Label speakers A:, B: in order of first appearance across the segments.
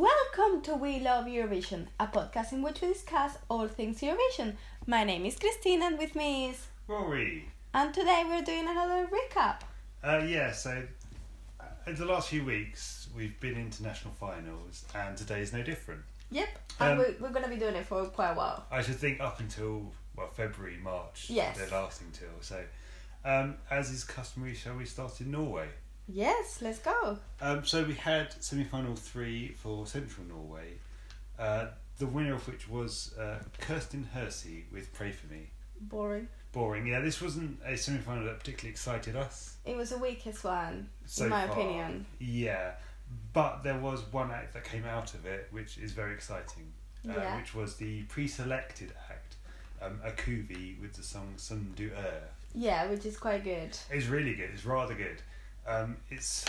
A: Welcome to We Love Eurovision, a podcast in which we discuss all things Eurovision. My name is Christine and with me is.
B: Rory.
A: And today we're doing another recap.
B: Uh, yeah, so uh, in the last few weeks, we've been international finals, and today's no different.
A: Yep, and
B: Um,
A: we, we're gonna be doing it for quite a while.
B: I should think up until, well, February, March,
A: Yes.
B: they're lasting till. So, um, as is customary, shall we start in Norway?
A: Yes, let's go.
B: Um, so, we had semi final three for Central Norway, uh, the winner of which was uh, Kirsten Hersey with Pray For Me.
A: Boring.
B: Boring. Yeah, this wasn't a semi final that particularly excited us.
A: It was the weakest one,
B: so
A: in my
B: far.
A: opinion.
B: Yeah, but there was one act that came out of it, which is very exciting, uh,
A: Yeah.
B: which was the pre-selected act, um, Akuvi with the song "Some Do Air."
A: Yeah, which is quite good.
B: It's really good. It's rather good. Um, it's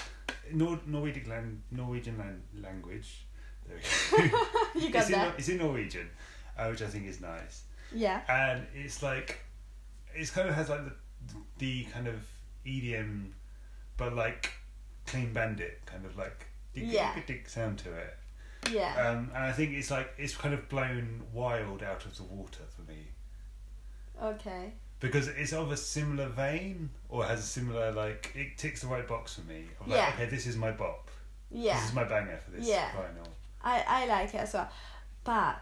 B: Nor- Norwegian lan- Norwegian lan- language. There we go.
A: you got
B: it's,
A: that?
B: in, Nor- it's in Norwegian, uh, which I think is nice,
A: Yeah.
B: and it's like, it's kind of has like the the kind of EDM, but like clean bandit kind of like dick
A: Yeah.
B: dick dick sound to it.
A: Yeah.
B: Um, and I think it's like it's kind of blown wild out of the water for me Uh,
A: Okay.
B: because it's of a similar vein or has a similar like it ticks the right box for me. I'm like,
A: Yeah.
B: okay, this is my bop.
A: Yeah.
B: This is my banger for this
A: Yeah.
B: final.
A: I, I like it as well. But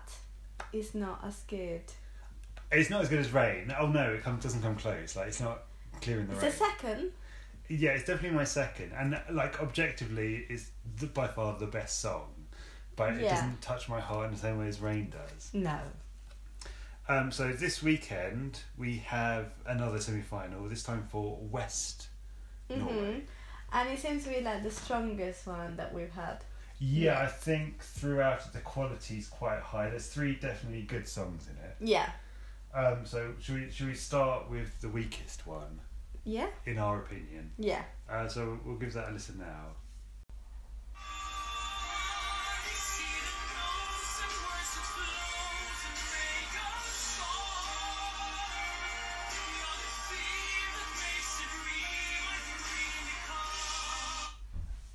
A: it's not as good.
B: It's not as good as Rain. Oh no, it come, doesn't come close. Like it's not clearing the
A: It's
B: rain.
A: a second.
B: yeah, it's definitely my second, and like objectively, it's the, by far the best song. But it
A: Yeah.
B: doesn't touch my heart in the same way as Rain does.
A: No.
B: Um, so this weekend we have another semi-final. This time for West
A: hmm
B: Norway.
A: And it seems to be like the strongest one that we've had.
B: Yeah, I think throughout the quality's quite high. There's three definitely good songs in it.
A: Yeah.
B: Um, so should we should we start with the weakest one
A: Yeah?
B: in our opinion?
A: Yeah.
B: Uh, so we'll give that a listen now.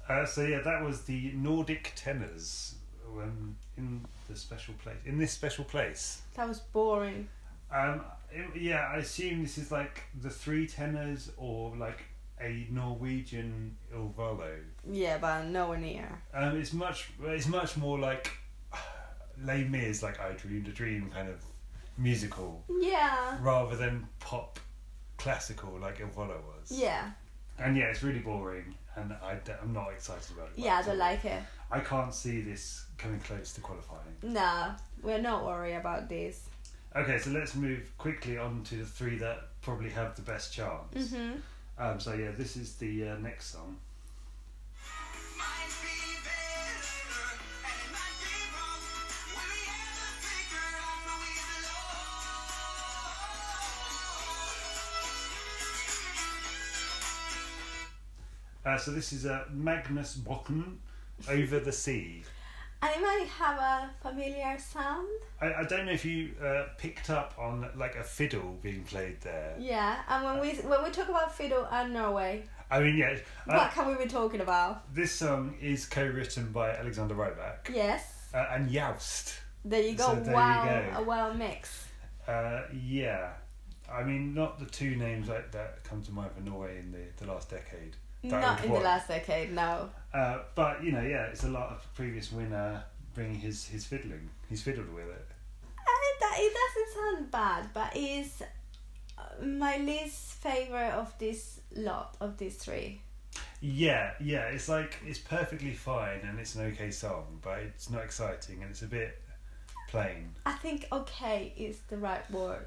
B: Uh, so yeah, that was the Nordic tenors um, in the special place. In this special place.
A: That was boring.
B: Um, it- yeah, I assume this is like the three tenors or like a Norwegian Ilvalo.
A: Yeah, but nowhere near.
B: Um, it's much. It's much more like Les Mis, like I Dreamed a Dream kind of musical,
A: Yeah.
B: rather than pop classical like Ilvalo was.
A: Yeah.
B: And yeah, it's really boring, and I, am not excited about it.
A: Yeah, I
B: at all.
A: don't like it.
B: I can't see this coming close to qualifying.
A: Nah, we're not worried about this.
B: Okay, so let's move quickly on to the three that probably have the best chance.
A: Mm-hmm.
B: Um, so yeah, this is the uh, next song. Uh, so this is uh, Magnus Bocken, Over the Sea.
A: And it might have a familiar sound.
B: I, I don't know if you uh, picked up on like a fiddle being played there.
A: Yeah. And when we when we talk about fiddle and Norway,
B: I mean, yeah, uh,
A: what can we be talking about?
B: this song is co-written by Alexander Rybak
A: Yes.
B: uh, and Youst.
A: There you go.
B: So there you
A: wow,
B: go.
A: a well mix.
B: Uh, yeah, I mean, not the two names that, that come to mind for Norway in the, the last decade. That
A: Not
B: would
A: in the
B: work.
A: last decade, no.
B: Uh, but you know, yeah, it's a lot of previous winner bringing his his fiddling. He's fiddled with it.
A: I, Uh, that, it doesn't sound bad, but it's uh, my least favorite of this lot of these three.
B: Yeah, yeah, it's like it's perfectly fine and it's an okay song, but it's not exciting and it's a bit plain.
A: I think okay is the right word.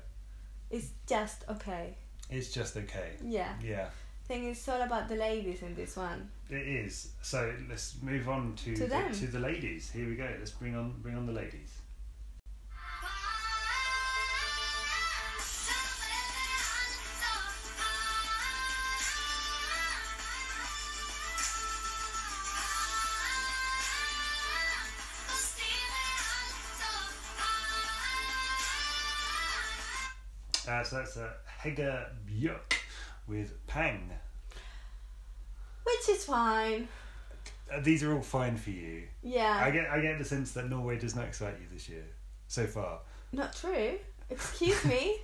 A: It's just okay.
B: It's just okay.
A: Yeah.
B: Yeah,
A: I think it's all about the ladies in this one.
B: it is. So let's move on to
A: To
B: the,
A: them.
B: to the ladies. Here we go. Let's bring on bring on the ladies. Uh, so that's uh, Hegger Björk with Pang.
A: Which is fine.
B: uh, these are all fine for you. I
A: Yeah.
B: get I get the sense that Norway does not excite you this year so far.
A: Not true. Excuse me.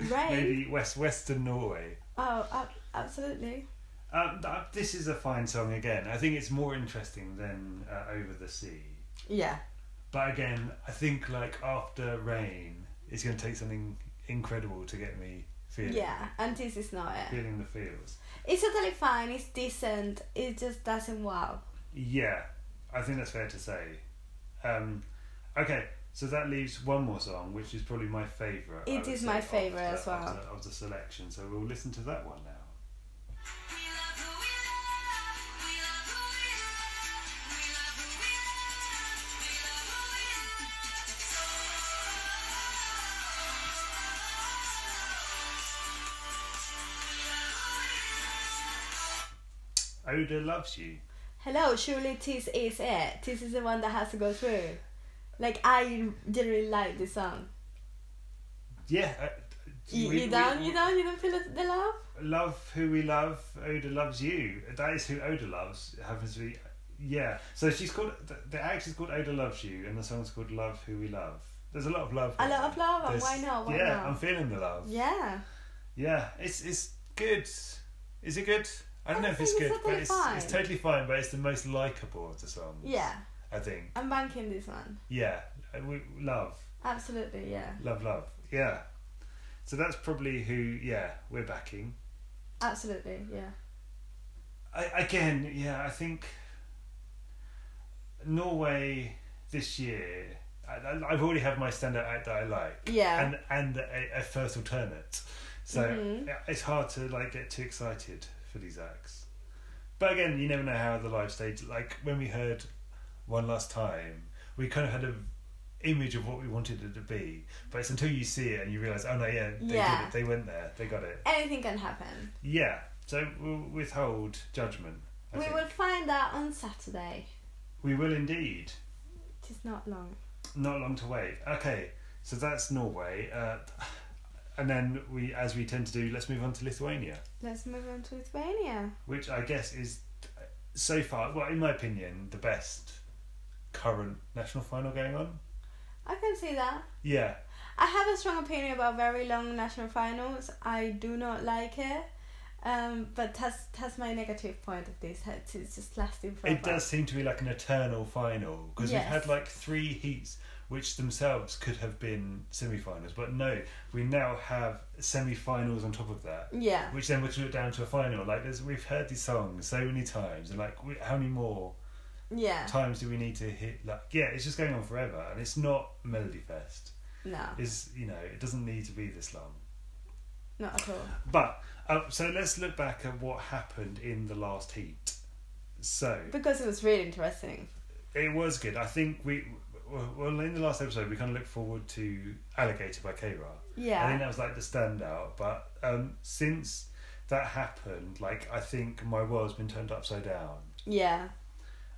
A: Rain.
B: Maybe West Western Norway.
A: Oh, ab- absolutely.
B: Um, th- uh, this is a fine song again. I think it's more interesting than uh, Over the Sea.
A: Yeah.
B: But again, I think like after Rain, it's going to take something incredible to get me feeling
A: Yeah. And this is not it.
B: feeling the feels.
A: It's totally fine. It's decent. It just doesn't wow.
B: Yeah, I think that's fair to say. Um, okay, so that leaves one more song, which is probably my favourite. I
A: It
B: would
A: is
B: say,
A: my
B: of
A: favourite
B: the-
A: as well.
B: Of the, of the selection, so we'll listen to that one now. Oda loves you.
A: Hello, surely this is it. This is the one that has to go through. Like I didn't really like this song.
B: Yeah. uh,
A: You,
B: we-
A: you
B: we-
A: down?
B: we-
A: you down? You don't feel the love?
B: Love who we love. Oda loves you. That is who Oda loves. It happens to be. Yeah. So she's called. The, the act is called Oda loves you, and the song's called Love Who We Love. There's a lot of love.
A: A
B: going
A: lot
B: on.
A: of love, and
B: There's-
A: why not? Why
B: yeah,
A: not?
B: I'm feeling the love. Yeah.
A: Yeah.
B: It's it's good. Is it good? I don't
A: I
B: know if it's
A: think
B: good,
A: it's
B: but
A: totally
B: it's, it's
A: fine.
B: totally fine. But it's the most likable of the songs.
A: Yeah.
B: I think.
A: I'm banking this one.
B: Yeah. Uh, We love.
A: Absolutely. Yeah.
B: Love, love. Yeah. So that's probably who, yeah, we're backing.
A: Absolutely. Yeah.
B: I, again, yeah, I think Norway this year. I, I- I've already had my standout act that I like,
A: Yeah.
B: and and a, a first alternate, so
A: Mhm.
B: it- it's hard to like get too excited for these acts. But again, you never know how the live stage. Like when we heard one last time, we kind of had a image of what we wanted it to be, but it's until you see it and you realize, oh no, yeah, they
A: Yeah.
B: did it, they went there, they got it.
A: Anything can happen.
B: Yeah, so we'll withhold judgment. I
A: we
B: think.
A: will find out on Saturday.
B: We will indeed.
A: It is not long.
B: Not long to wait. Okay, so that's Norway. Uh, and then we, as we tend to do, let's move on to Lithuania,
A: Let's move on to Lithuania.
B: which I guess is, uh, so far, well, in my opinion, the best current national final going on.
A: I can see that.
B: Yeah,
A: I have a strong opinion about very long national finals. I do not like it. Um, but that's that's my negative point of this. It's it's just lasting forever.
B: it does seem to be like an eternal final because
A: Yes.
B: we've had like three heats which themselves could have been semi-finals, but no, we now have semi-finals on top of that.
A: Yeah.
B: which then would it down to a final. Like there's, we've heard these songs so many times, and like we, how many more
A: Yeah.
B: times do we need to hit? Like yeah, it's just going on forever, and it's not Melody Fest.
A: No.
B: Is you know it doesn't need to be this long.
A: Not at all.
B: But uh, so let's look back at what happened in the last heat. So
A: Because it was really interesting.
B: it was good. I think we well in the last episode we kind of looked forward to Alligator by K. Ra. I think
A: Yeah.
B: that was like the standout. But um, since that happened, like I think my world's been turned upside down.
A: Yeah.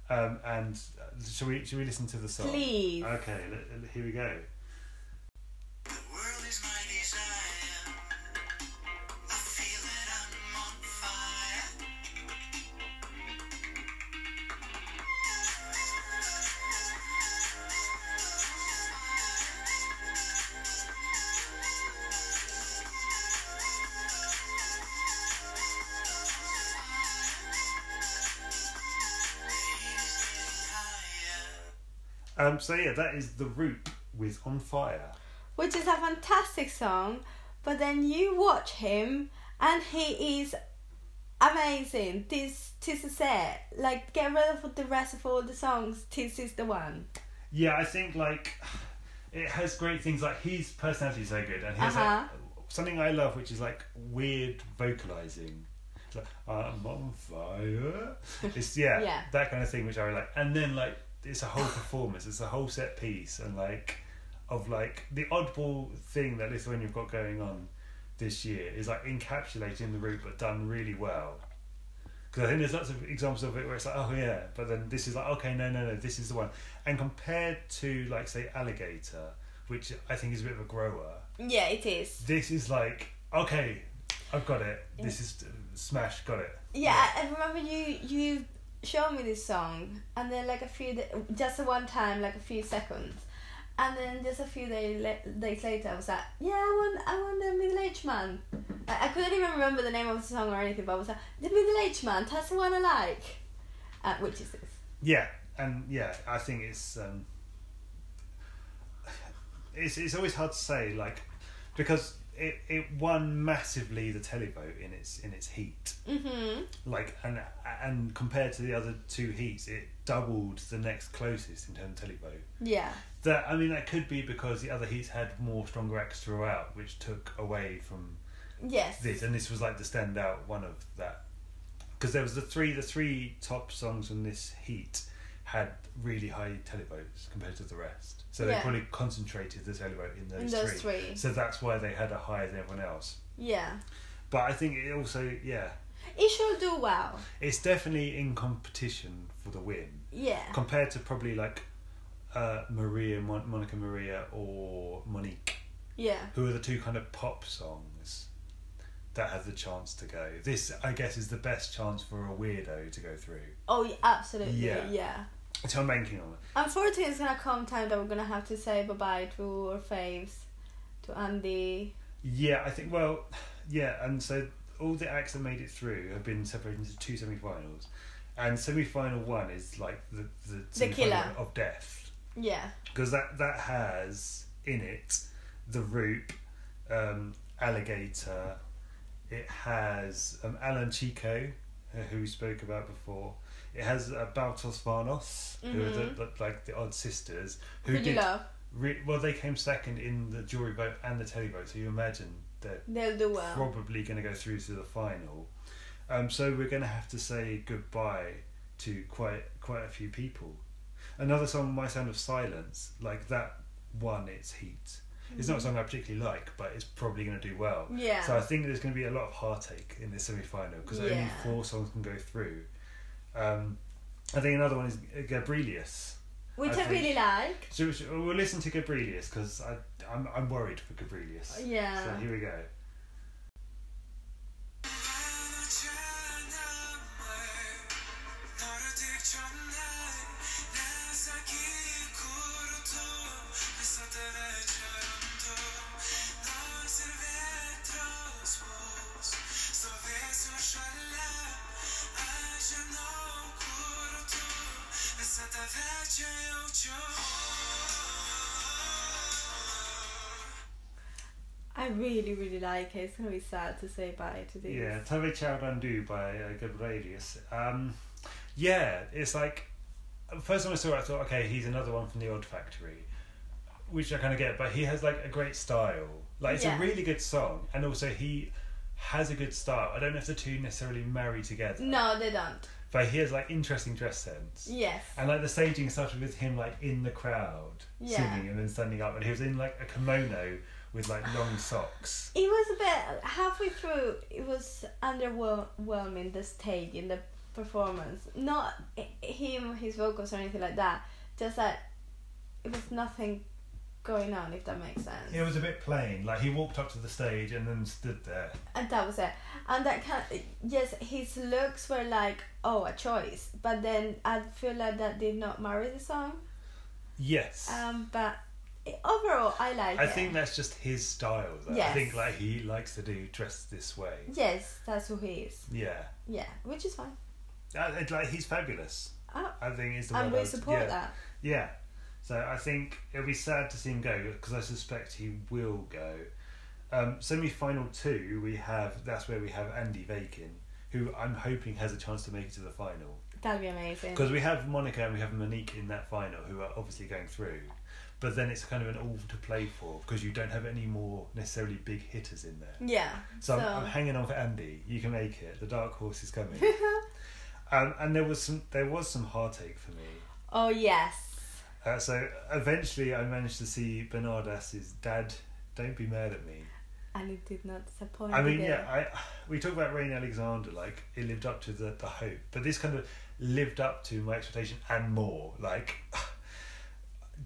B: Um, and uh, shall we shall we listen to the song?
A: Please.
B: Okay, l- l- here we go.
C: The world is my desire. I feel that I'm on fire. The heat is getting higher.
B: Um, so yeah, that is the Roop with On Fire.
A: Which is a fantastic song, but then you watch him and he is amazing. This this is it. Like get rid of the rest of all the songs. This is the one.
B: Yeah, I think like it has great things. Like his personality is so good, and he's like
A: Uh-huh.
B: Uh, something I love, which is like weird vocalizing. It's Like, I'm on fire. It's yeah,
A: Yeah.
B: that kind of thing, which I really like. And then like it's a whole performance. It's a whole set piece, and like of like the oddball thing that Lithuania've got going on this year is like encapsulating the route, but done really well. Because I think there's lots of examples of it where it's like, oh yeah, but then this is like, okay, no, no, no, this is the one. And compared to like say alligator, which I think is a bit of a grower,
A: Yeah, it is.
B: this is like, okay, I've got it. This is uh, smash, got it.
A: Yeah, I I remember you you show me this song and then like a few da- just the one time like a few seconds and then just a few day la- days later i was like yeah i want i want the middle-aged man I, I couldn't even remember the name of the song or anything but i was like the middle-aged man that's the one i like uh, which is this
B: Yeah, and yeah, I think it's um, it's it's always hard to say like because it it won massively the televote in its in its heat
A: mm-hmm
B: like and and compared to the other two heats it doubled the next closest in terms of televote
A: yeah
B: that I mean that could be because the other heats had more stronger acts throughout which took away from
A: yes
B: this and this was like the standout one of that because there was the three the three top songs from this heat had really high televotes compared to the rest so they
A: Yeah.
B: probably concentrated the televote in those,
A: In those three.
B: so that's why they had a higher than everyone else
A: yeah
B: but i think it also yeah
A: it should do well
B: it's definitely in competition for the win
A: yeah
B: compared to probably like uh, maria Mon- monica maria or monique
A: yeah
B: who are the two kind of pop songs that have the chance to go. This, I guess, is the best chance for a weirdo to go through.
A: oh yeah, absolutely
B: Yeah.
A: yeah.
B: So I'm banking on it.
A: Unfortunately, it's gonna come time that we're gonna have to say bye bye to our faves, to Andy.
B: Yeah, I think. Well, yeah, and so all the acts that made it through have been separated into two semi-finals, and semi-final one is like the the, semi-final
A: killer.
B: of death
A: Yeah,
B: because that that has in it the Roop, um, alligator. It has um, Alan Chico, uh, who we spoke about before. It has uh, Baltos Varnos, who are the,
A: Mhm.
B: the, like the odd sisters,
A: who you love,
B: re- well. They came second in the jury vote and the televote, so you imagine they're
A: they'll do well.
B: probably going to go through to the final. Um, so we're going to have to say goodbye to quite quite a few people. Another song, "My Sound of Silence," like that won its heat. It's not a song I particularly like, but it's probably going to do well.
A: Mm-hmm. Yeah.
B: So I think there's going to be a lot of heartache in this semi-final because only
A: Yeah.
B: four songs can go through. Um, I think another one is Gabrielius.
A: Which
B: I
A: I,
B: think-
A: really like.
B: So we should- we'll listen to Gabrielius because I'm I'm worried for Gabrielius. So
A: Yeah.
B: here we go.
A: I really, really like it. It's gonna be sad to say bye to these.
B: Yeah, Tave Chaudandu by uh, Gabrielius. Um, yeah, it's like first time I saw it, I thought, okay, he's another one from the Odd Factory, which I kind of get. But he has like a great style. Like it's
A: Yeah.
B: a really good song, and also he has a good style. I don't know if the two necessarily marry together,
A: No, they don't.
B: but he has like interesting dress sense.
A: Yes.
B: And like the staging started with him like in the crowd
A: Yeah.
B: singing and then standing up, and he was in like a kimono with like long socks.
A: It was a bit halfway through. It was underwhelming the stage in the performance. Not i- him, his vocals or anything like that. Just that it was nothing going on. If that makes sense.
B: It was a bit plain. Like he walked up to the stage and then stood there.
A: and that was it. And that kind, yes, his looks were like oh a choice, but then I feel like that did not marry the song.
B: Yes.
A: Um, but i overall, I like.
B: I
A: it.
B: think that's just his style. Though. I
A: Yes.
B: think like he likes to do dress this way.
A: yes, that's who he is.
B: Yeah.
A: Yeah, which is fine.
B: I, I- like he's fabulous.
A: Oh,
B: I think is the
A: and
B: word I
A: we
B: would-
A: support
B: yeah.
A: that.
B: Yeah. So I think it'll be sad to see him go because I suspect he will go. Um, Semi final two, we have that's where we have Andy Vakin, who I'm hoping has a chance to make it to the final.
A: That'd be amazing.
B: Because we have Monica and we have Monique in that final, who are obviously going through. But then it's kind of an all to play for because you don't have any more necessarily big hitters in there.
A: Yeah.
B: So,
A: So,
B: I'm, I'm hanging on for Andy. You can make it. The dark horse is coming. um, and there was some there was some heartache for me.
A: oh yes.
B: Uh, so eventually, I managed to see Bernardas's dad. Don't be mad at me.
A: And it did not disappoint.
B: I mean,
A: did it?
B: yeah, I we talk about Rain Alexander, like it lived up to the, the hope, but this kind of lived up to my expectation and more, like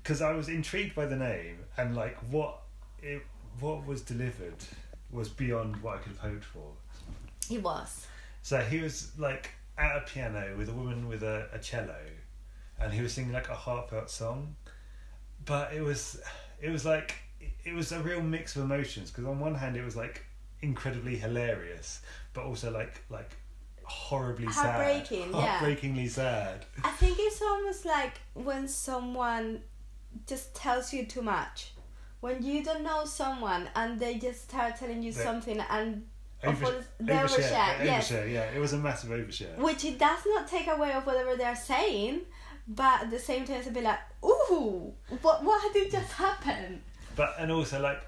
B: because I was intrigued by the name and like what it what was delivered was beyond what I could have hoped for.
A: He was.
B: So he was like at a piano with a woman with a, a cello, and he was singing like a heartfelt song, but it was it was like it was a real mix of emotions because on one hand it was like incredibly hilarious, but also like like horribly
A: Heartbreaking,
B: sad,
A: yeah.
B: heartbreakingly sad.
A: I think it's almost like when someone just tells you too much. When you don't know someone and they just start telling you
B: They-
A: something and Of
B: Oversh-
A: course, they
B: overshare,
A: overshare, yes.
B: overshare, yeah. It was a massive overshare.
A: which it does not take away of whatever they're saying, but at the same time it's a bit like, ooh, what what did just happen?
B: But and also like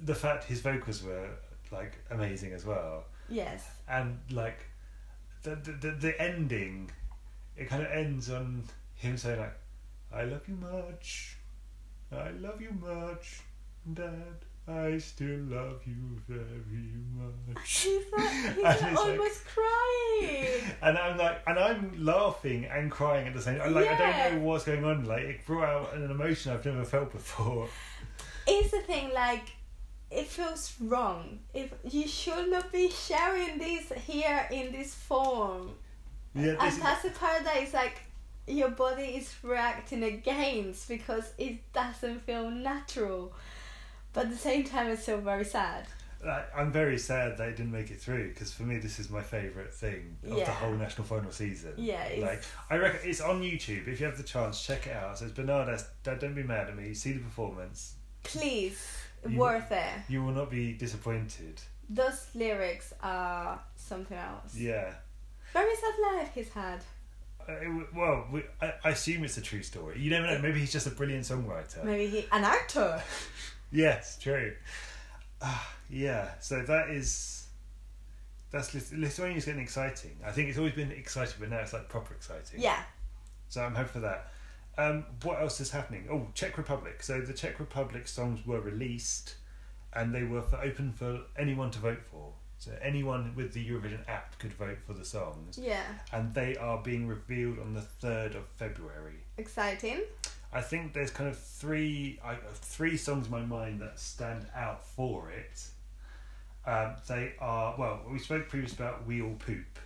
B: the fact his vocals were like amazing as well,
A: Yes.
B: and like the the the, the ending, it kind of ends on him saying like, "I love you much, I love you much, Dad." I still love you very much.
A: He's, like, he's
B: And
A: like
B: it's like-
A: almost crying.
B: and I'm like, and I'm laughing and crying at the same. time. Like I
A: Yeah.
B: don't know what's going on. Like it brought out an emotion I've never felt before.
A: It's the thing, like, it feels wrong. If you should not be sharing this here in this form.
B: Yeah,
A: And
B: this is-
A: that's the part that is like your body is reacting against because it doesn't feel natural. But at the same time, it's still very sad.
B: like, I'm very sad that it didn't make it through because for me this is my favourite thing of the
A: Yeah.
B: whole national final season.
A: Yeah, it's-
B: like I reckon it's on YouTube. If you have the chance, check it out. So it's Bernardes. Don't don't be mad at me. See the performance.
A: Please,
B: You-
A: worth it.
B: You will not be disappointed.
A: Those lyrics are something else.
B: Yeah.
A: Very sad life he's had.
B: Uh, it w- well, we, I, I assume it's a true story. You never know. Maybe he's just a brilliant songwriter.
A: Maybe he an actor.
B: Yes, true. Uh, yeah, so that is that's Lith- Lithuania's getting exciting. I think it's always been exciting, but now it's like proper exciting.
A: Yeah.
B: So I'm hoping for that. Um, what else is happening? Oh, Czech Republic. So the Czech Republic songs were released, and they were for open for anyone to vote for. So anyone with the Eurovision app could vote for the songs,
A: Yeah.
B: and they are being revealed on the third of February.
A: Exciting.
B: I think there's kind of three I, three songs in my mind that stand out for it. Um, they are well, we spoke previously about We All Poop,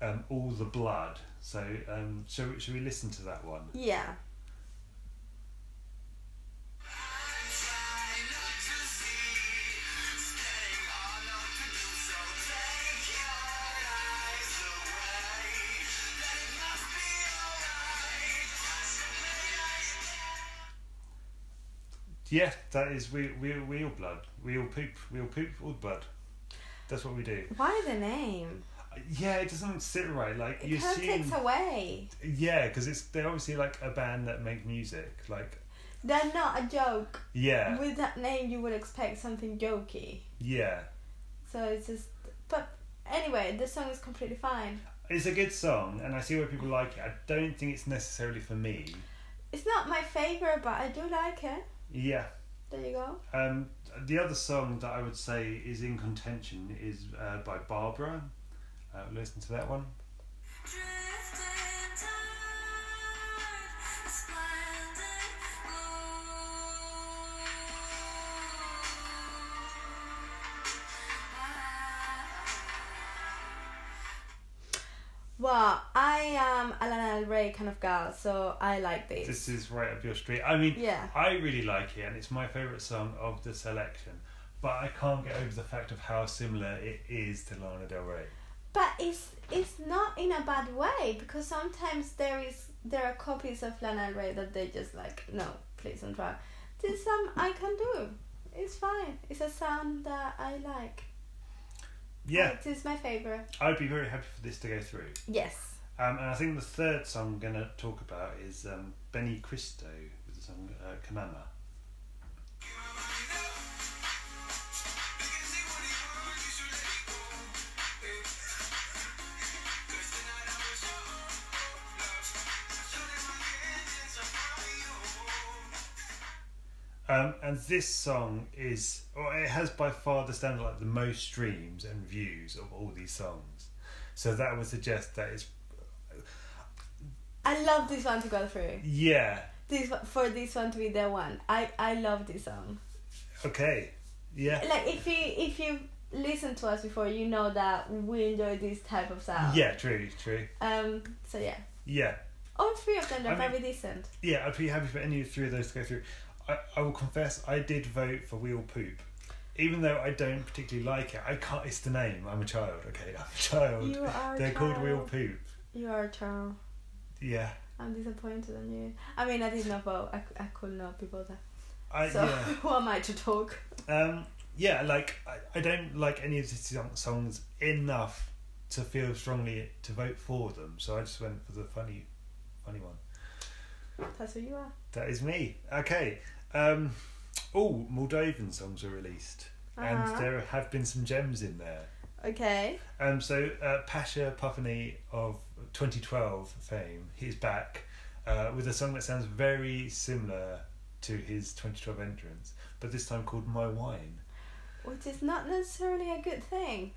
B: um, All the Blood. So um, shall we, shall we listen to that one?
A: Yeah.
C: Try not to see, staying on open wound, so take your eyes away. That it must be alright. So maybe I
B: Yeah, that is We We We All Blood, We All Poop, We All Poop, All Blood. That's what we do.
A: Why the name?
B: Yeah, it doesn't sit right. Like
A: It
B: you
A: kind of
B: assume,
A: takes away.
B: yeah, because it's they're obviously like a band that make music. Like
A: They're not a joke.
B: yeah,
A: With that name, you would expect something jokey.
B: yeah.
A: So it's just. But anyway, the song is completely fine.
B: It's a good song, and I see why people like it. I don't think it's necessarily for me.
A: It's not my favorite, but I do like it.
B: Yeah.
A: There you go.
B: Um, the other song that I would say is in contention is uh, by Barbara. Uh, listen to that one.
A: Well, I am a Lana Del Rey kind of girl, so I like this.
B: This is right up your street. I mean,
A: Yeah.
B: I really like it, and it's my favourite song of the selection. But I can't get over the fact of how similar it is to Lana Del Rey.
A: But it's it's not in a bad way because sometimes there is there are copies of Lana Del Rey that they just like no, please don't try. This some I can do. It's fine. It's a sound that I like.
B: Yeah,
A: Like, this is my favorite.
B: I'd be very happy for this to go through.
A: Yes.
B: Um, and I think the third song I'm going to talk about is um, Benny Cristo with the song uh, Kanama. Um, and this song is, or it has by far the standard like the most streams and views of all these songs. So that would suggest that it's,
A: I love this one to go through.
B: yeah,
A: This one- for this one to be the one. I I love this song.
B: okay, yeah,
A: Like if you if you listened to us before, you know that we enjoy this type of sound.
B: Yeah, true, true.
A: Um. So yeah,
B: Yeah,
A: all three of them are
B: I mean-
A: very decent.
B: yeah. I'd be happy for any of three of those to go through. I, I will confess, I did vote for Wheel Poop, even though I don't particularly like it. I can't. It's the name. I'm a child. Okay, I'm a child.
A: You are. a
B: They're called
A: child.
B: Wheel Poop.
A: You are a child.
B: Yeah.
A: I'm disappointed in you. I mean, I did not vote. I, c- I could not be bothered.
B: I,
A: so
B: Uh, yeah.
A: who am I to talk?
B: um, yeah, like I, I don't like any of the song- songs enough to feel strongly to vote for them, so I just went for the funny, funny one.
A: That's who you are.
B: That is me. Okay. Um, oh, Moldovan songs were released,
A: Uh-huh.
B: and there have been some gems in there.
A: Okay.
B: Um, so uh, Pasha Puffany of 2012 fame, he's back uh, with a song that sounds very similar to his 2012 entrance, but this time called My Wine.
A: Which is not necessarily a good thing.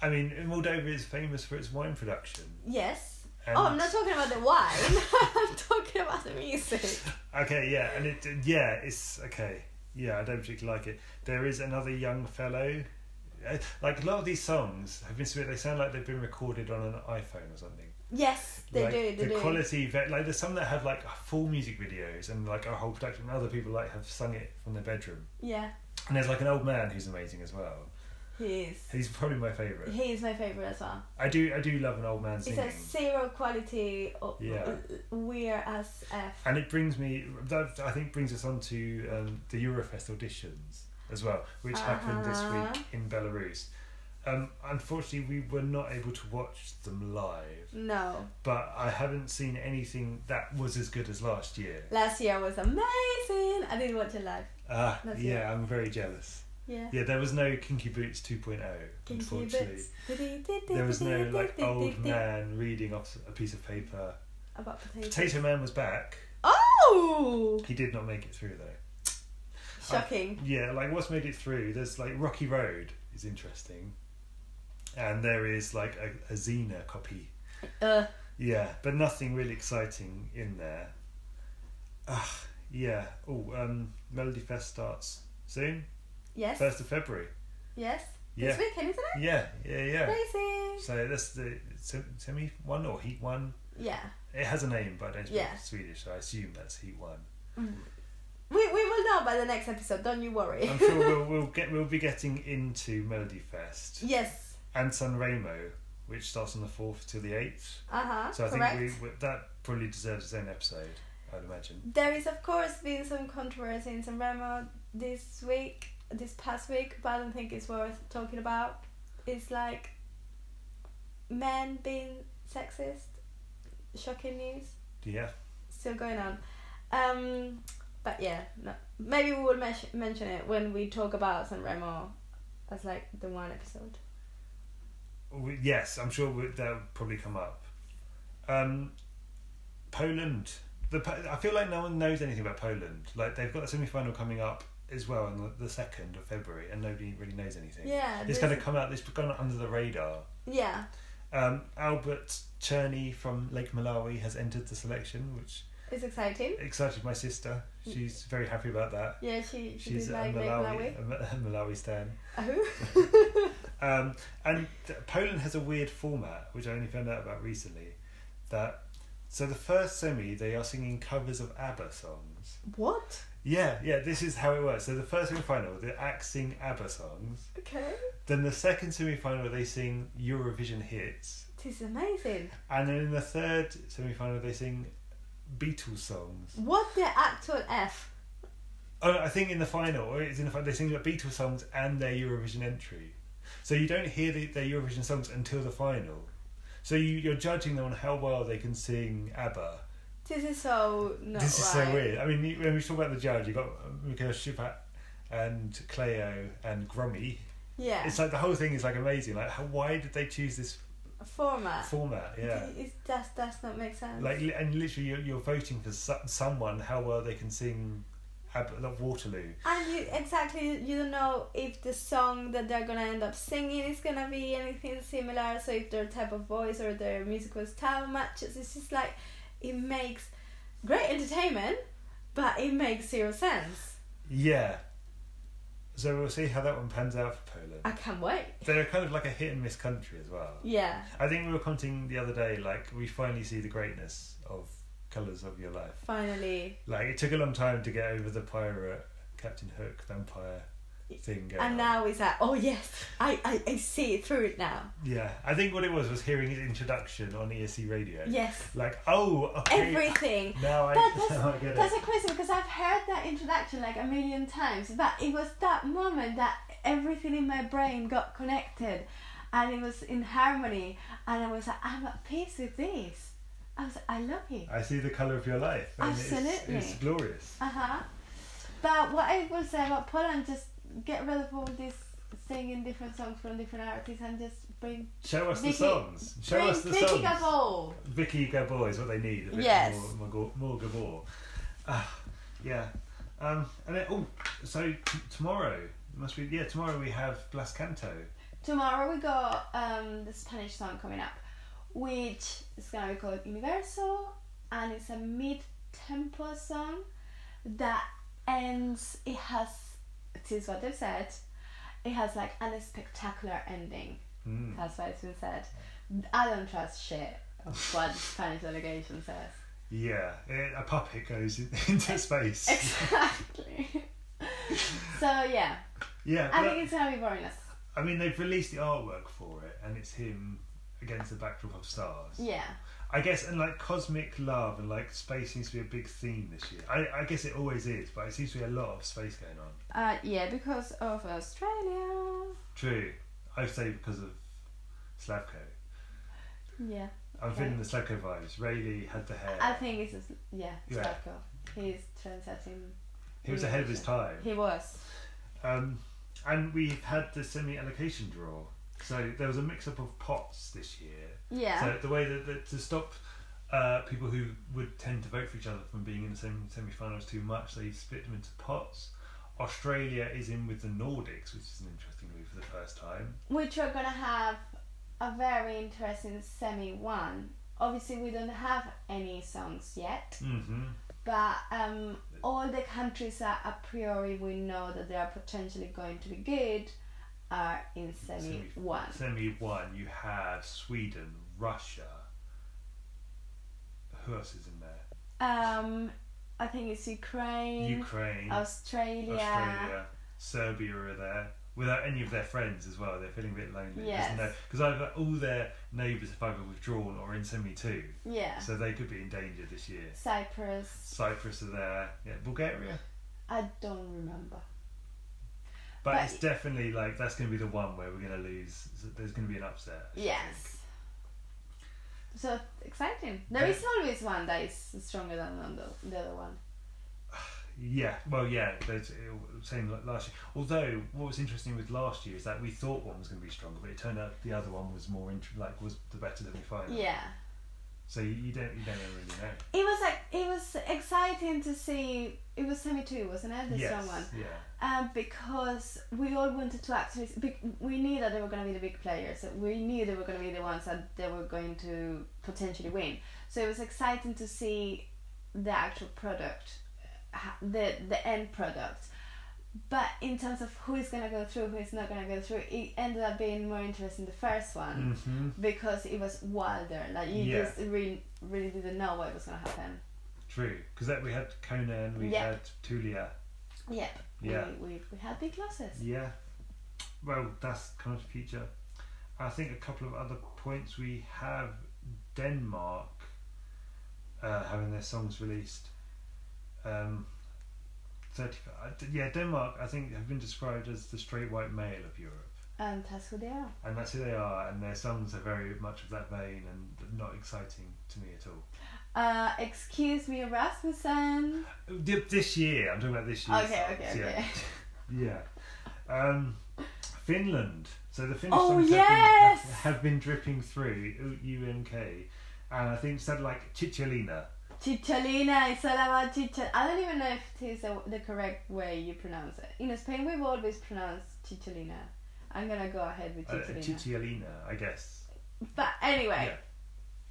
B: I mean, Moldova is famous for its wine production.
A: Yes.
B: And,
A: oh, I'm not talking about the wine. I'm talking about the music.
B: Okay, yeah, and it yeah, it's okay. Yeah, I don't particularly like it. There is another young fellow. Uh, Like a lot of these songs have been split. They sound like they've been recorded on an iPhone or something.
A: Yes, they
B: like,
A: do. They
B: the
A: do.
B: quality, ve- like there's some that have like full music videos and like a whole production. Other people like have sung it from their bedroom.
A: Yeah,
B: And there's like an old man who's amazing as well.
A: he is.
B: He's probably my favorite.
A: He is my favorite as well.
B: I do I do love an old man
A: It's
B: singing.
A: a zero quality. o-
B: Yeah.
A: Weird as f.
B: And it brings me that I think brings us on to um, the Eurofest auditions as well, which happened this
A: Uh-huh.
B: week in Belarus. Um, unfortunately, we were not able to watch them live,
A: No,
B: but I haven't seen anything that was as good as last year.
A: last year was amazing. I didn't watch it live.
B: Ah,
A: That's it.
B: yeah, I'm very jealous.
A: Yeah.
B: Yeah, there was no Kinky Boots 2.0,
A: Kinky
B: unfortunately.
A: bits.
B: There was no like old man reading off a piece of paper.
A: about potatoes.
B: Potato Man was back.
A: Oh,
B: He did not make it through though.
A: shocking.
B: Yeah, like what's made it through? There's like Rocky Road is interesting, and there is like a, a Xena copy.
A: Uh,
B: Yeah, but nothing really exciting in there. Ugh, yeah. Oh, um, Melody Fest starts soon,
A: yes.
B: first of February.
A: Yes.
B: Yeah,
A: This weekend, isn't it?
B: yeah, yeah, yeah.
A: Crazy.
B: So that's the sem- semi one or heat one.
A: Yeah.
B: It has a name, but I don't speak
A: Yeah.
B: Swedish, so I assume that's heat one.
A: We, we will know by the next episode. Don't you worry.
B: I'm sure we'll, we'll get we'll be getting into Melody Fest.
A: yes.
B: and San Remo, which starts on the fourth to the eighth.
A: Uh huh.
B: So I
A: correct.
B: think we, we, that probably deserves its own episode, I'd imagine.
A: There is, of course, been some controversy in San Remo this week, this past week, but I don't think it's worth talking about. It's like men being sexist, shocking news,
B: Yeah,
A: still going on. Um, but yeah, no, maybe we will mes- mention it when we talk about San Remo as like the one episode.
B: we, yes, I'm sure we, that'll probably come up. Um, Poland. The Po- I feel like no one knows anything about Poland. Like they've got a semi-final coming up as well on the- the second of February, and nobody really knows anything.
A: Yeah,
B: it's
A: this-
B: kind of come out. It's gone under the radar.
A: Yeah,
B: Um, Albert Cherny from Lake Malawi has entered the selection, which
A: it's exciting.
B: excited my sister.
A: Mm.
B: She's very happy about that.
A: Yeah, she, she
B: She's
A: did
B: a
A: like Lake
B: Malawi,
A: Malawi.
B: a Ma- a Malawi stan.
A: Oh.
B: Um, and th- Poland has a weird format, which I only found out about recently. That so the first semi they are singing covers of ABBA songs.
A: what?
B: Yeah, yeah. This is how it works. So the first semi final, the acts sing ABBA songs.
A: Okay.
B: Then the second semi final, they sing Eurovision hits.
A: This is amazing.
B: And then in the third semi final, they sing Beatles songs.
A: What the actual F?
B: Oh, I think in the final, or it's in the final, they sing the Beatles songs and their Eurovision entry. So you don't hear the, their Eurovision songs until the final. So you, you're judging them on how well they can sing ABBA.
A: This is so not
B: this is
A: right.
B: so weird. I mean, you- when we talk about the judge, you've got Mikhail Shupat and Cleo and Grummy.
A: Yeah.
B: It's like the whole thing is like amazing. Like, how, why did they choose this
A: format.
B: format? Yeah.
A: It, it just does not make sense.
B: Like, li- and literally, you're, you're voting for so- someone how well they can sing ABBA, like Waterloo.
A: and you exactly you don't know if the song that they're gonna end up singing is gonna be anything similar. So if their type of voice or their musical style matches, it's just like it makes great entertainment, but it makes zero sense.
B: Yeah. So we'll see how that one pans out for Poland.
A: I can't wait.
B: They're kind of like a hit and miss country as well.
A: Yeah,
B: I think we were commenting the other day, like we finally see the greatness of Colours of Your Life.
A: finally.
B: Like it took a long time to get over the pirate Captain Hook vampire thing. Going
A: And
B: on.
A: now he's like, oh yes, I, I, I see it through it now.
B: yeah, I think what it was was hearing his introduction on ESC Radio.
A: Yes.
B: Like oh, okay,
A: Everything.
B: Now I,
A: But that's-
B: now I get
A: That's
B: it.
A: a question because I've heard that introduction like a million times, but it was that moment that everything in my brain got connected and it was in harmony, and I was like, I'm at peace with this. I was like, I love you.
B: I see the colour of your life. and it's-
A: Absolutely.
B: it's glorious.
A: Uh huh. But what I would say about Poland, just get rid of all this singing different songs from different artists and just bring
B: Show us the
A: Vicky-
B: songs. Show
A: bring
B: us the
A: Vicky
B: songs.
A: Gabor.
B: Vicky Gabor is what they need. A bit
A: Yes.
B: More, more, Gabor- more Gabor. Uh, yeah. Um, and then, oh, so t- tomorrow must be yeah. Tomorrow we have Blas Canto.
A: Tomorrow we got um, the Spanish song coming up, which is gonna be called Universo, and it's a mid-tempo song that ends. It has, it is what they've said. It has like an spectacular ending.
B: Mm.
A: That's what it's been said. I don't trust shit of what the Spanish delegation says.
B: Yeah, eh, a puppet goes in, into space.
A: Exactly. so yeah,
B: yeah,
A: I
B: but-
A: think it's gonna be boring. as-
B: I mean they've released the artwork for it, and it's him against the backdrop of stars.
A: Yeah.
B: I guess, and like cosmic love and like space seems to be a big theme this year. I, I guess it always is, but it seems to be a lot of space going on.
A: Uh, yeah, because of Australia.
B: True, I say because of Slavko.
A: Yeah.
B: I'm feeling the Slavko vibes. Rayleigh had the hair.
A: I think this is yeah,
B: Yeah.
A: Slavko. He's trendsetting.
B: he was ahead of his time.
A: He was.
B: Um, and we've had the semi-allocation draw. So there was a mix-up of pots this year.
A: Yeah.
B: So the way that, that to stop uh, people who would tend to vote for each other from being in the same semi-finals too much, they split them into pots. Australia is in with the Nordics, which is an interesting move for the first time.
A: Which we're gonna have a very interesting semi one. Obviously, we don't have any songs yet,
B: hmm
A: but um, all the countries that a priori we know that they are potentially going to be good are in semi
B: Semi-
A: one.
B: Semi one, you have Sweden, Russia. Who else is in there?
A: Um, I think it's Ukraine,
B: Ukraine.
A: Australia.
B: Australia, Serbia are there without any of their friends as well. They're feeling a bit lonely.
A: Yes.
B: Because either all their neighbours have either withdrawn or in semi two,
A: Yeah.
B: so they could be in danger this year.
A: Cyprus.
B: Cyprus are there, yeah, Bulgaria,
A: I don't remember.
B: but,
A: But-
B: it's definitely like that's going to be the one where we're going to lose. So There's going to be an upset. I should think.
A: Yes. So exciting. There is always one that is stronger than the, the other one.
B: Yeah. Well, yeah. There's, it- same like last year. Although what was interesting with last year is that we thought one was going to be stronger, but it turned out the other one was more int- like was the better than we final.
A: Yeah.
B: So you, you don't you don't really know.
A: It was like it was exciting to see. It was semi two, wasn't it? The
B: yes.
A: strong one.
B: Yeah.
A: Um, because we all wanted to actually. be- We knew that they were going to be the big players. We knew they were going to be the ones that they were going to potentially win. So it was exciting to see the actual product, uh, ha- the the end product. But in terms of who is going to go through, who is not going to go through, it ended up being more interesting the first one
B: hmm
A: because it was wilder. Like you
B: Yeah.
A: just really really didn't know what was going to happen.
B: True, because that we had Conan, we
A: Yeah.
B: had Tulia.
A: Yep.
B: Yeah.
A: We, we, we had big losses.
B: Yeah. Well, that's kind of future. I think a couple of other points we have Denmark uh, having their songs released. Um, 30, uh, d- yeah, Denmark, I think, have been described as the straight white male of Europe.
A: And that's who they are.
B: And that's who they are, and their songs are very much of that vein and not exciting to me at all.
A: Uh, excuse me, Rasmussen.
B: Th- This year, I'm talking about this year.
A: okay, okay, okay.
B: Yeah. Um, Finland. So the Finnish
A: Oh,
B: songs
A: yes!
B: have, been, have, have been dripping through U- UMK, and I think said like Chicholina.
A: Chicholina, it's all about chichol. I don't even know if it is the, the correct way you pronounce it. In Spain, we've always pronounced chicholina. I'm gonna go ahead with
B: Uh,
A: chicholina.
B: Chicholina, I guess.
A: but anyway,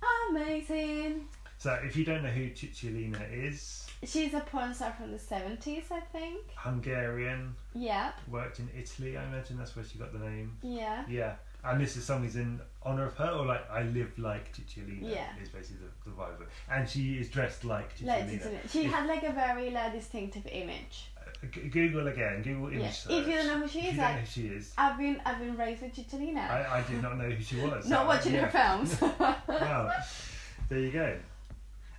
B: Yeah.
A: amazing.
B: So if you don't know who Cicciolina is,
A: She's a porn star from the 70s, I think.
B: Hungarian,
A: Yeah,
B: worked in Italy. I imagine that's where she got the name.
A: yeah.
B: Yeah, and this is something's in honor of her, or like I live like Cicciolina
A: Yeah.
B: is basically the, the vibe. of it. And she is dressed like
A: Like,
B: Cicciolina.
A: she
B: If-
A: had like a very like, distinctive image.
B: G- Google again. Google image
A: Yeah. If
B: search.
A: you don't know who she
B: If
A: is,
B: you don't
A: I-
B: know who she is.
A: I've been I've been raised with Chicholina.
B: I, I did not know who she was.
A: Not
B: I-
A: watching
B: yeah.
A: her films.
B: wow. There you go.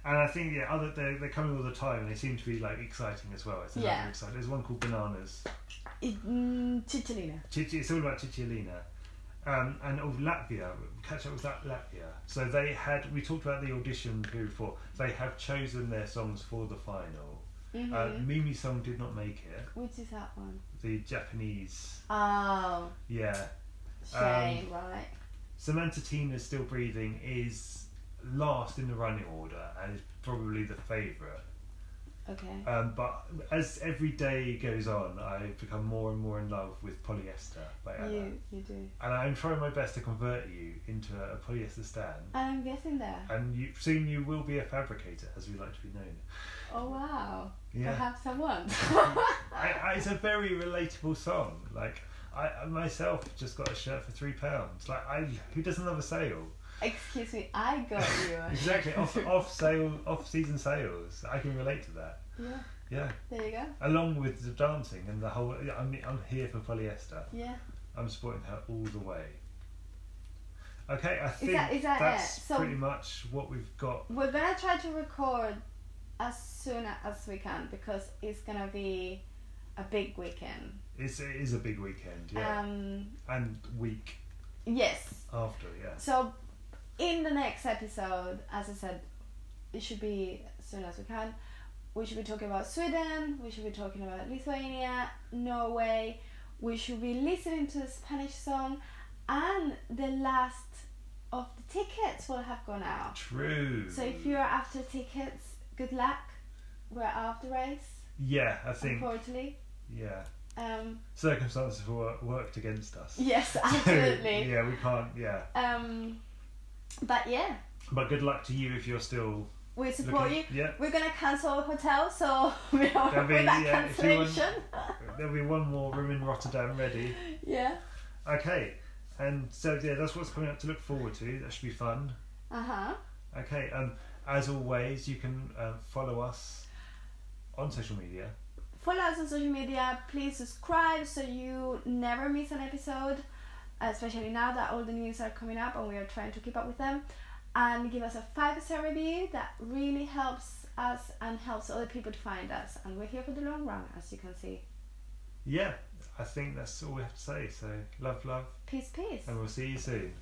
B: And I think yeah, other they're, they're coming all the time, and they seem to be like exciting as well. It's another
A: Yeah.
B: exciting. There's one called Bananas.
A: It- mm, Chicholina.
B: Chichi, it's all about Chichilina. Um, and oh, Latvia, catch up with that Latvia. So they had, we talked about the audition period before. They have chosen their songs for the final.
A: hmm
B: Uh, Mimi's song did not make it.
A: Which is that one?
B: The Japanese,
A: Oh,
B: yeah.
A: shame, Um, right?
B: Samantha Tina's Still Breathing is last in the running order and is probably the favourite.
A: Okay.
B: Um, but as every day goes on, I become more and more in love with Polyester by Ella.
A: you you do.
B: And I'm trying my best to convert you into a polyester stand.
A: I'm getting there.
B: And you, soon you will be a fabricator, as we like to be known.
A: Oh wow.
B: Yeah,
A: Perhaps I won't.
B: I, I, it's a very relatable song. Like I I myself just got a shirt for three pounds. Like I, who doesn't love a sale?
A: Excuse me, I got you.
B: Exactly Oh, off off sale off season sales. I can relate to that.
A: Yeah.
B: Yeah,
A: There you go.
B: along with the dancing and the whole. I'm I'm here for polyester.
A: Yeah.
B: I'm supporting her all the way. Okay, I think
A: that- is that
B: that's
A: it? So-
B: pretty much what we've got.
A: We're gonna try to record as soon as we can because it's gonna be a big weekend.
B: It's, it is a big weekend, yeah,
A: Um.
B: and week
A: Yes.
B: after, yeah.
A: So, in the next episode, as I said, it should be as soon as we can. We should be talking about Sweden. We should be talking about Lithuania, Norway. We should be listening to the Spanish song, and the last of the tickets will have gone out.
B: True.
A: So if you're after tickets, good luck. We're after race,
B: yeah, I think
A: unfortunately.
B: yeah,
A: Um,
B: circumstances have wor- worked against us.
A: yes,
B: So,
A: absolutely.
B: yeah, we can't. Yeah,
A: Um, but yeah,
B: but good luck to you if you're still
A: we support
B: looking.
A: you.
B: Yeah,
A: We're gonna cancel hotel, so we
B: That'd
A: are
B: be-
A: with that
B: yeah, if you want-
A: cancellation.
B: there'll be one more room in Rotterdam ready.
A: yeah.
B: Okay, and so yeah, that's what's coming up to look forward to. That should be fun.
A: Uh huh.
B: Okay, um, as always, you can uh, follow us on social media.
A: Follow us on social media. Please subscribe so you never miss an episode, especially now that all the news are coming up and we are trying to keep up with them. And give us a five star review. That really helps us and helps other people to find us. And we're here for the long run, as you can see.
B: Yeah, I think that's all we have to say. So love, love,
A: Peace, peace.
B: and we'll see you soon.